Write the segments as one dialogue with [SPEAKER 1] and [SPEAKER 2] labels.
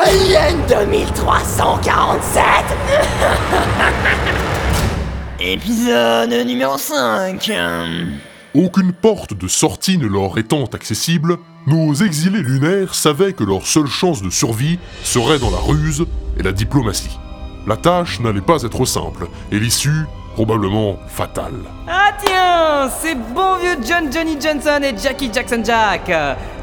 [SPEAKER 1] Alien 2347 Épisode numéro 5
[SPEAKER 2] Aucune porte de sortie ne leur étant accessible, nos exilés lunaires savaient que leur seule chance de survie serait dans la ruse et la diplomatie. La tâche n'allait pas être simple, et l'issue probablement fatale.
[SPEAKER 3] Ah tiens, c'est bon vieux John Johnny Johnson et Jackie Jackson Jack.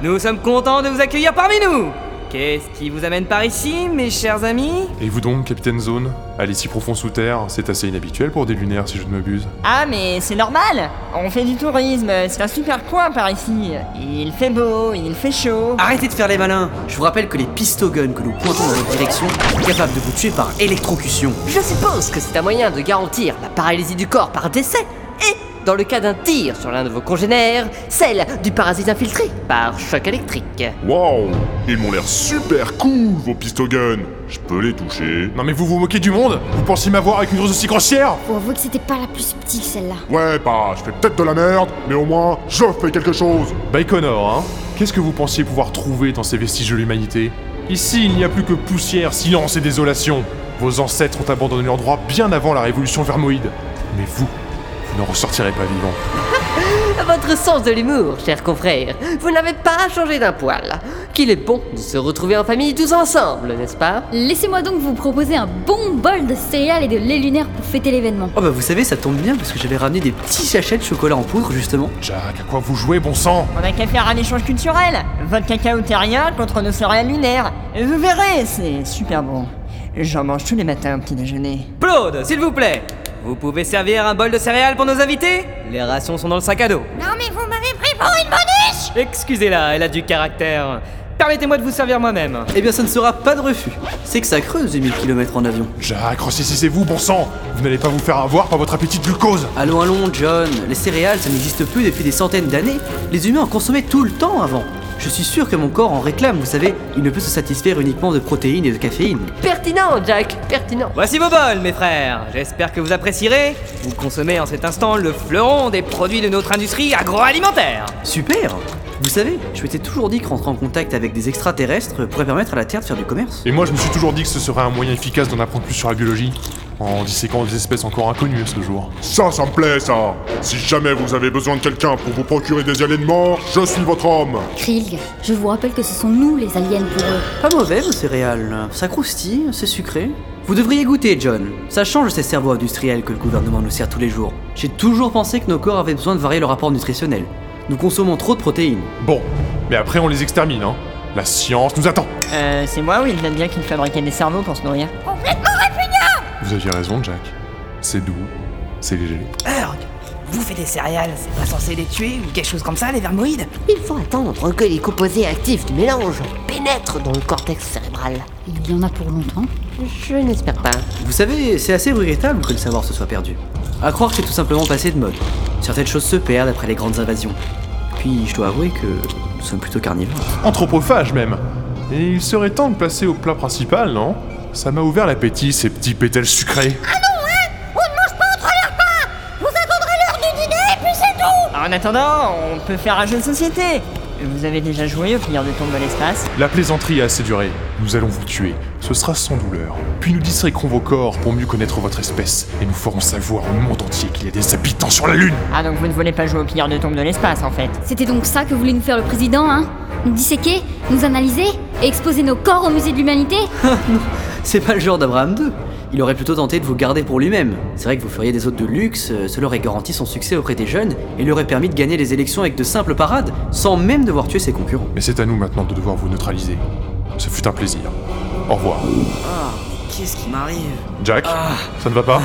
[SPEAKER 3] Nous sommes contents de vous accueillir parmi nous. Qu'est-ce qui vous amène par ici, mes chers amis
[SPEAKER 4] Et vous donc, capitaine Zone Aller si profond sous terre, c'est assez inhabituel pour des lunaires si je ne m'abuse.
[SPEAKER 5] Ah mais c'est normal, on fait du tourisme, c'est un super coin par ici. Il fait beau, il fait chaud.
[SPEAKER 6] Arrêtez de faire les malins Je vous rappelle que les pistoguns que nous pointons dans votre direction sont capables de vous tuer par électrocution.
[SPEAKER 7] Je suppose que c'est un moyen de garantir la paralysie du corps par décès et, dans le cas d'un tir sur l'un de vos congénères, celle du parasite infiltré par choc électrique.
[SPEAKER 8] Waouh Ils m'ont l'air super cool, vos pistoguns Je peux les toucher
[SPEAKER 4] Non mais vous vous moquez du monde Vous pensez m'avoir avec une grosse aussi grossière
[SPEAKER 9] Faut avouer que c'était pas la plus subtile celle-là.
[SPEAKER 8] Ouais, bah, je fais peut-être de la merde, mais au moins, je fais quelque chose
[SPEAKER 4] Baikonur, hein Qu'est-ce que vous pensiez pouvoir trouver dans ces vestiges de l'humanité Ici, il n'y a plus que poussière, silence et désolation. Vos ancêtres ont abandonné l'endroit bien avant la révolution vermoïde. Mais vous, vous n'en ressortirez pas vivant.
[SPEAKER 7] Votre sens de l'humour, chers confrères, vous n'avez pas changé d'un poil. Qu'il est bon de se retrouver en famille tous ensemble, n'est-ce pas
[SPEAKER 9] Laissez-moi donc vous proposer un bon bol de céréales et de lait lunaire pour fêter l'événement.
[SPEAKER 6] Oh bah vous savez, ça tombe bien parce que j'avais ramené des petits sachets de chocolat en poudre justement.
[SPEAKER 4] Jack, à quoi vous jouez, bon sang
[SPEAKER 5] On a qu'à faire un échange culturel. Votre cacao terrien contre nos céréales lunaires. Vous verrez, c'est super bon. J'en mange tous les matins au petit déjeuner.
[SPEAKER 3] Claude, s'il vous plaît, vous pouvez servir un bol de céréales pour nos invités Les rations sont dans le sac à dos.
[SPEAKER 9] Non mais vous m'avez pris pour une boniche
[SPEAKER 3] Excusez-la, elle a du caractère. Permettez-moi de vous servir moi-même.
[SPEAKER 6] Eh bien ça ne sera pas de refus. C'est que ça creuse les 1000 km en avion.
[SPEAKER 4] Jack, ressaisissez-vous, bon sang Vous n'allez pas vous faire avoir par votre appétit de glucose
[SPEAKER 6] Allons, allons, John. Les céréales, ça n'existe plus depuis des centaines d'années. Les humains en consommaient tout le temps avant. Je suis sûr que mon corps en réclame, vous savez. Il ne peut se satisfaire uniquement de protéines et de caféine.
[SPEAKER 7] Pertinent, Jack, pertinent.
[SPEAKER 3] Voici vos bols, mes frères. J'espère que vous apprécierez. Vous consommez en cet instant le fleuron des produits de notre industrie agroalimentaire.
[SPEAKER 6] Super Vous savez, je m'étais toujours dit que rentrer en contact avec des extraterrestres pourrait permettre à la Terre de faire du commerce.
[SPEAKER 4] Et moi, je me suis toujours dit que ce serait un moyen efficace d'en apprendre plus sur la biologie, en disséquant des espèces encore inconnues à ce jour.
[SPEAKER 8] Ça, ça me plaît, ça Si jamais vous avez besoin de quelqu'un pour vous procurer des aliens morts, je suis votre homme
[SPEAKER 9] Krill, je vous rappelle que ce sont nous les aliens pour eux.
[SPEAKER 6] Pas mauvais, vos céréales. Ça croustille, c'est sucré. Vous devriez goûter, John. Ça change ces cerveaux industriels que le gouvernement nous sert tous les jours. J'ai toujours pensé que nos corps avaient besoin de varier leur apport nutritionnel. Nous consommons trop de protéines.
[SPEAKER 4] Bon, mais après, on les extermine, hein La science nous attend
[SPEAKER 5] Euh, c'est moi ou il vient de dire qu'il fabriquait des cerveaux pour se nourrir
[SPEAKER 4] Vous aviez raison, Jack. C'est doux, c'est léger.
[SPEAKER 10] Urg, vous faites des céréales, c'est pas censé les tuer ou quelque chose comme ça, les vermoïdes
[SPEAKER 7] Il faut attendre que les composés actifs du mélange pénètrent dans le cortex cérébral.
[SPEAKER 9] Il y en a pour longtemps.
[SPEAKER 7] Je n'espère pas.
[SPEAKER 6] Vous savez, c'est assez regrettable que le savoir se soit perdu. À croire que c'est tout simplement passé de mode. Certaines choses se perdent après les grandes invasions. Puis je dois avouer que nous sommes plutôt carnivores.
[SPEAKER 4] Anthropophage, même Et il serait temps de passer au plat principal, non Ça m'a ouvert l'appétit, ces petits pétales sucrés.
[SPEAKER 11] Ah hein.
[SPEAKER 5] Ah, En attendant, on peut faire un jeu de société. Vous avez déjà joué au pire de tombe de l'espace
[SPEAKER 4] La plaisanterie a assez duré. Nous allons vous tuer. Ce sera sans douleur. Puis nous disséquerons vos corps pour mieux connaître votre espèce. Et nous ferons savoir au monde entier qu'il y a des habitants sur la Lune
[SPEAKER 5] Ah donc vous ne voulez pas jouer au pire de tombe de l'espace en fait.
[SPEAKER 9] C'était donc ça que voulait nous faire le président, hein Nous disséquer, nous analyser et exposer nos corps au musée de l'humanité
[SPEAKER 6] C'est pas le genre d'Abraham II. Il aurait plutôt tenté de vous garder pour lui-même. C'est vrai que vous feriez des hôtes de luxe, euh, cela aurait garanti son succès auprès des jeunes et lui aurait permis de gagner les élections avec de simples parades, sans même devoir tuer ses concurrents.
[SPEAKER 4] Mais c'est à nous maintenant de devoir vous neutraliser. Ce fut un plaisir. Au revoir.
[SPEAKER 6] Ah,
[SPEAKER 10] Qu'est-ce qui m'arrive
[SPEAKER 4] Jack, ça ne va pas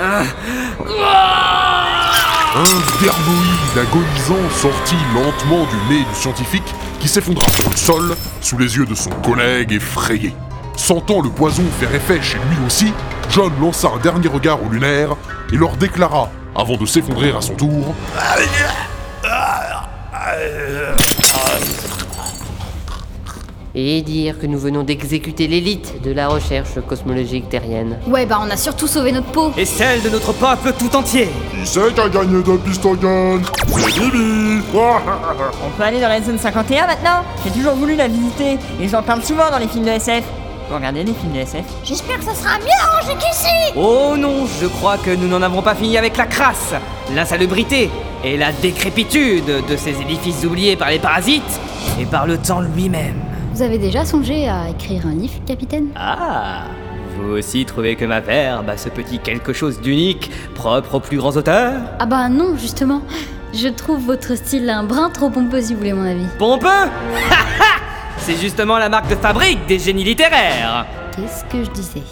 [SPEAKER 6] ah.
[SPEAKER 2] Un vermoïde agonisant sortit lentement du nez du scientifique qui s'effondra sur le sol sous les yeux de son collègue effrayé. Sentant le poison faire effet chez lui aussi, John lança un dernier regard au lunaire et leur déclara, avant de s'effondrer à son tour
[SPEAKER 7] Et dire que nous venons d'exécuter l'élite de la recherche cosmologique terrienne.
[SPEAKER 9] Ouais, bah on a surtout sauvé notre peau.
[SPEAKER 3] Et celle de notre peuple tout entier.
[SPEAKER 8] Qui c'est qui a gagné deux pistoguns C'est Bibi
[SPEAKER 5] On peut aller dans la zone 51 maintenant J'ai toujours voulu la visiter et j'en parle souvent dans les films de SF. Vous regardez des films de SF
[SPEAKER 11] J'espère que ça sera mieux rangé qu'ici
[SPEAKER 3] Oh non, je crois que nous n'en avons pas fini avec la crasse, l'insalubrité et la décrépitude de ces édifices oubliés par les parasites et par le temps lui-même.
[SPEAKER 9] Vous avez déjà songé à écrire un livre, capitaine
[SPEAKER 3] Ah Vous aussi trouvez que ma verbe a ce petit quelque chose d'unique, propre aux plus grands auteurs
[SPEAKER 9] Ah bah non, justement. Je trouve votre style un brin trop pompeux, si vous voulez mon avis.
[SPEAKER 3] Pompeux C'est justement la marque de fabrique des génies littéraires
[SPEAKER 9] Qu'est-ce que je disais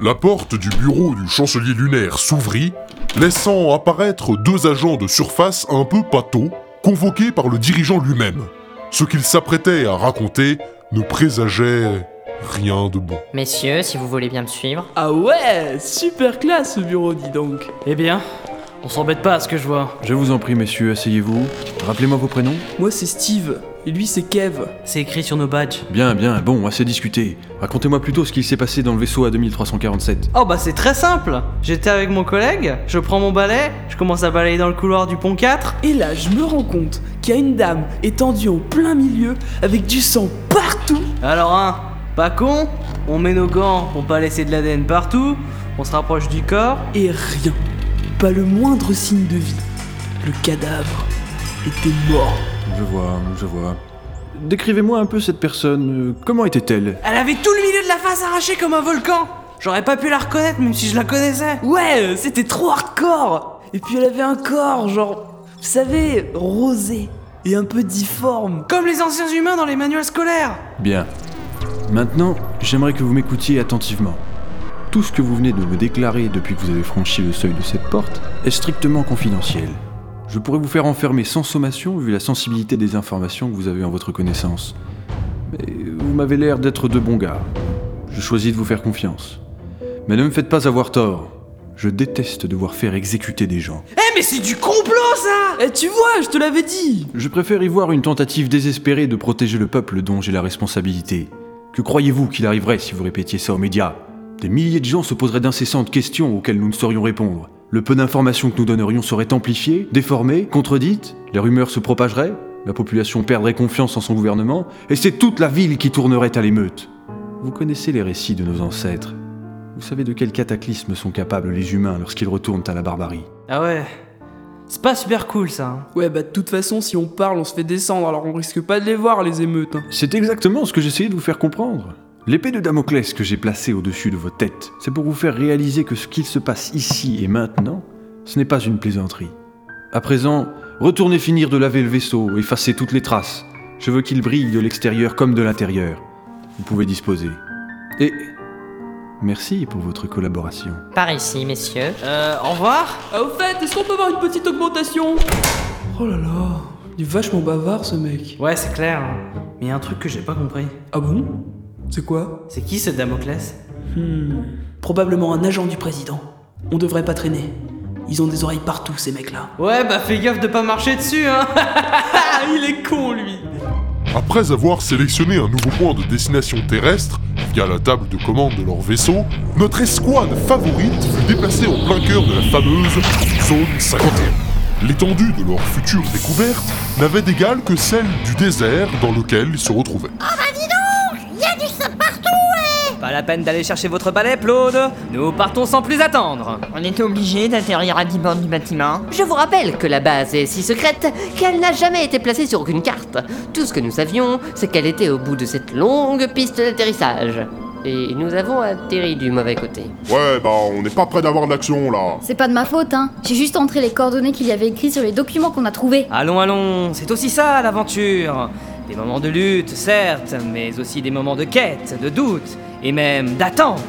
[SPEAKER 2] La porte du bureau du chancelier lunaire s'ouvrit, laissant apparaître deux agents de surface un peu pâteaux, convoqués par le dirigeant lui-même. Ce qu'ils s'apprêtaient à raconter ne présageait rien de bon.
[SPEAKER 12] Messieurs, si vous voulez bien me suivre.
[SPEAKER 13] Ah ouais, super classe ce bureau, dis donc.
[SPEAKER 12] Eh bien, on s'embête pas à ce que je vois.
[SPEAKER 14] Je vous en prie, messieurs, asseyez-vous. Rappelez-moi vos prénoms.
[SPEAKER 13] Moi c'est Steve, et lui c'est Kev.
[SPEAKER 12] C'est écrit sur nos badges.
[SPEAKER 14] Bien, bien, bon, assez discuté. Racontez-moi plutôt ce qui s'est passé dans le vaisseau à 2347.
[SPEAKER 12] Oh bah c'est très simple J'étais avec mon collègue, je prends mon balai, je commence à balayer dans le couloir du pont 4.
[SPEAKER 13] Et là, je me rends compte qu'il y a une dame étendue en plein milieu avec du sang partout.
[SPEAKER 12] Alors hein, pas con, on met nos gants pour pas laisser de l'ADN partout, on se rapproche du corps.
[SPEAKER 13] Et rien, pas le moindre signe de vie. Le cadavre était mort.
[SPEAKER 14] Je vois, je vois. Décrivez-moi un peu cette personne. euh, Comment était-elle
[SPEAKER 12] Elle avait tout le milieu de la face arraché comme un volcan J'aurais pas pu la reconnaître même si je la connaissais
[SPEAKER 13] Ouais, euh, c'était trop hardcore Et puis elle avait un corps, genre, vous savez, rosé et un peu difforme.
[SPEAKER 12] Comme les anciens humains dans les manuels scolaires
[SPEAKER 14] Bien. Maintenant, j'aimerais que vous m'écoutiez attentivement. Tout ce que vous venez de me déclarer depuis que vous avez franchi le seuil de cette porte est strictement confidentiel. Je pourrais vous faire enfermer sans sommation vu la sensibilité des informations que vous avez en votre connaissance. Mais vous m'avez l'air d'être de bons gars. Je choisis de vous faire confiance. Mais ne me faites pas avoir tort. Je déteste devoir faire exécuter des gens.
[SPEAKER 13] Eh mais c'est du complot ça Eh tu vois, je te l'avais dit
[SPEAKER 14] Je préfère y voir une tentative désespérée de protéger le peuple dont j'ai la responsabilité. Que croyez-vous qu'il arriverait si vous répétiez ça aux médias Des milliers de gens se poseraient d'incessantes questions auxquelles nous ne saurions répondre. Le peu d'informations que nous donnerions serait amplifié, déformé, contredite, les rumeurs se propageraient, la population perdrait confiance en son gouvernement, et c'est toute la ville qui tournerait à l'émeute. Vous connaissez les récits de nos ancêtres. Vous savez de quel cataclysme sont capables les humains lorsqu'ils retournent à la barbarie.
[SPEAKER 12] Ah ouais. C'est pas super cool ça. hein.
[SPEAKER 13] Ouais bah de toute façon si on parle on se fait descendre alors on risque pas de les voir les émeutes. hein.
[SPEAKER 14] C'est exactement ce que j'essayais de vous faire comprendre. L'épée de Damoclès que j'ai placée au-dessus de vos têtes, c'est pour vous faire réaliser que ce qu'il se passe ici et maintenant, ce n'est pas une plaisanterie. À présent, retournez finir de laver le vaisseau, effacez toutes les traces. Je veux qu'il brille de l'extérieur comme de l'intérieur. Vous pouvez disposer. Et merci pour votre collaboration.
[SPEAKER 12] Par ici, messieurs. Euh, au revoir
[SPEAKER 13] Ah au fait, est-ce qu'on peut avoir une petite augmentation Oh là là, il est vachement bavard ce mec.
[SPEAKER 12] Ouais, c'est clair. hein. Mais il y a un truc que j'ai pas compris.
[SPEAKER 13] Ah bon C'est quoi
[SPEAKER 12] C'est qui ce Damoclès
[SPEAKER 13] Hmm, Probablement un agent du président. On devrait pas traîner. Ils ont des oreilles partout ces mecs-là.
[SPEAKER 12] Ouais, bah fais gaffe de pas marcher dessus, hein
[SPEAKER 13] Ah il est con lui
[SPEAKER 2] Après avoir sélectionné un nouveau point de destination terrestre via la table de commande de leur vaisseau, notre escouade favorite fut déplacée en plein cœur de la fameuse zone 51. L'étendue de leur future découverte n'avait d'égal que celle du désert dans lequel ils se retrouvaient.
[SPEAKER 11] Oh bah dis donc Il y a du sang partout et...
[SPEAKER 3] Pas la peine d'aller chercher votre balai, Claude Nous partons sans plus attendre
[SPEAKER 5] On était obligé d'atterrir à 10 bornes du bâtiment.
[SPEAKER 7] Je vous rappelle que la base est si secrète qu'elle n'a jamais été placée sur aucune carte. Tout ce que nous savions, c'est qu'elle était au bout de cette longue piste d'atterrissage. Et nous avons atterri du mauvais côté.
[SPEAKER 8] Ouais, bah on n'est pas près d'avoir de l'action là.
[SPEAKER 9] C'est pas de ma faute, hein. J'ai juste entré les coordonnées qu'il y avait écrites sur les documents qu'on a trouvés.
[SPEAKER 3] Allons, allons, c'est aussi ça l'aventure Des moments de lutte, certes, mais aussi des moments de quête, de doute, et même d'attente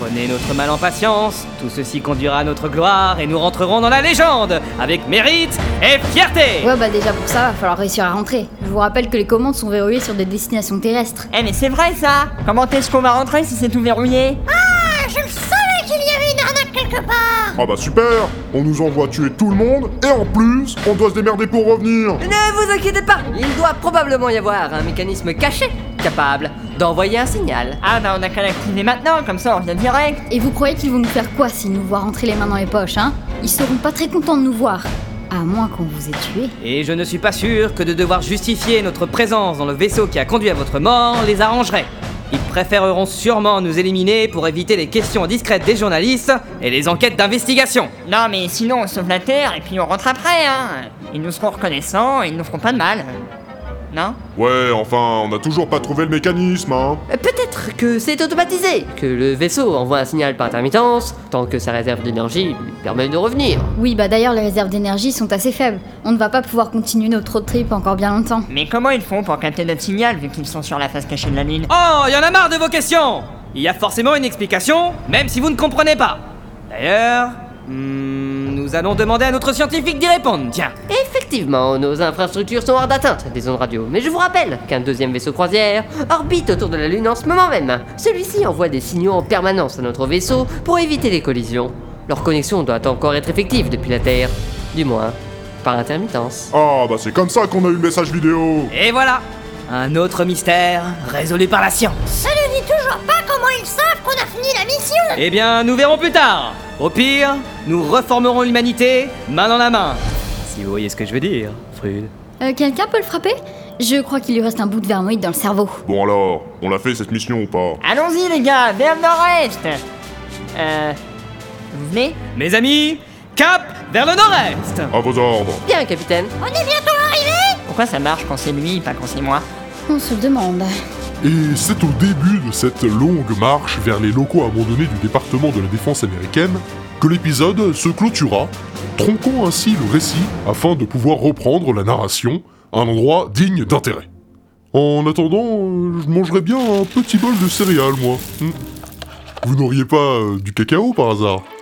[SPEAKER 3] Prenez notre mal en patience, tout ceci conduira à notre gloire et nous rentrerons dans la légende avec mérite et fierté
[SPEAKER 9] Ouais, bah déjà pour ça, va falloir réussir à rentrer. Je vous rappelle que les commandes sont verrouillées sur des destinations terrestres.
[SPEAKER 5] Eh mais c'est vrai ça Comment est-ce qu'on va rentrer si c'est tout verrouillé
[SPEAKER 11] Ah, je le savais qu'il y avait une arnaque quelque part
[SPEAKER 8] Ah bah super On nous envoie tuer tout le monde, et en plus, on doit se démerder pour revenir
[SPEAKER 7] Ne vous inquiétez pas, il doit probablement y avoir un mécanisme caché capable d'envoyer un signal.
[SPEAKER 5] Ah bah on a qu'à l'activer maintenant, comme ça on vient direct
[SPEAKER 9] Et vous croyez qu'ils vont nous faire quoi s'ils nous voient rentrer les mains dans les poches, hein Ils seront pas très contents de nous voir. À moins qu'on vous ait tué.
[SPEAKER 3] Et je ne suis pas sûr que de devoir justifier notre présence dans le vaisseau qui a conduit à votre mort les arrangerait. Ils préféreront sûrement nous éliminer pour éviter les questions discrètes des journalistes et les enquêtes d'investigation.
[SPEAKER 5] Non, mais sinon on sauve la Terre et puis on rentre après, hein Ils nous seront reconnaissants et ils nous feront pas de mal. Non
[SPEAKER 8] Ouais, enfin, on n'a toujours pas trouvé le mécanisme, hein
[SPEAKER 7] Peut-être que c'est automatisé, que le vaisseau envoie un signal par intermittence, tant que sa réserve d'énergie lui permet de revenir.
[SPEAKER 9] Oui, bah d'ailleurs, les réserves d'énergie sont assez faibles. On ne va pas pouvoir continuer notre road trip encore bien longtemps.
[SPEAKER 5] Mais comment ils font pour capter notre signal vu qu'ils sont sur la face cachée de la Lune
[SPEAKER 3] Oh, y en a marre de vos questions Il y a forcément une explication, même si vous ne comprenez pas. D'ailleurs, hmm, nous allons demander à notre scientifique d'y répondre, tiens.
[SPEAKER 7] Effectivement, nos infrastructures sont hors d'atteinte des ondes radio, mais je vous rappelle qu'un deuxième vaisseau croisière orbite autour de la Lune en ce moment même. Celui-ci envoie des signaux en permanence à notre vaisseau pour éviter les collisions. Leur connexion doit encore être effective depuis la Terre, du moins par intermittence.
[SPEAKER 8] Ah, bah c'est comme ça qu'on a eu le message vidéo
[SPEAKER 3] Et voilà Un autre mystère résolu par la science.
[SPEAKER 11] Ça ne dit toujours pas comment ils savent qu'on a fini la mission
[SPEAKER 3] Eh bien, nous verrons plus tard Au pire, nous reformerons l'humanité main dans la main. Si vous voyez ce que je veux dire, Frude.
[SPEAKER 9] Euh, Quelqu'un peut le frapper Je crois qu'il lui reste un bout de vermoïde dans le cerveau.
[SPEAKER 8] Bon alors, on l'a fait cette mission ou pas
[SPEAKER 5] Allons-y les gars, vers le nord-est Euh. Vous venez
[SPEAKER 3] Mes amis, cap vers le nord-est
[SPEAKER 8] À vos ordres
[SPEAKER 7] Bien, capitaine.
[SPEAKER 11] On est bientôt arrivés
[SPEAKER 5] Pourquoi ça marche quand c'est lui, pas quand c'est moi
[SPEAKER 9] On se demande.
[SPEAKER 2] Et c'est au début de cette longue marche vers les locaux abandonnés du département de la défense américaine que l'épisode se clôtura, tronquant ainsi le récit afin de pouvoir reprendre la narration à un endroit digne d'intérêt. En attendant, euh, je mangerais bien un petit bol de céréales, moi. Hmm. Vous n'auriez pas euh, du cacao par hasard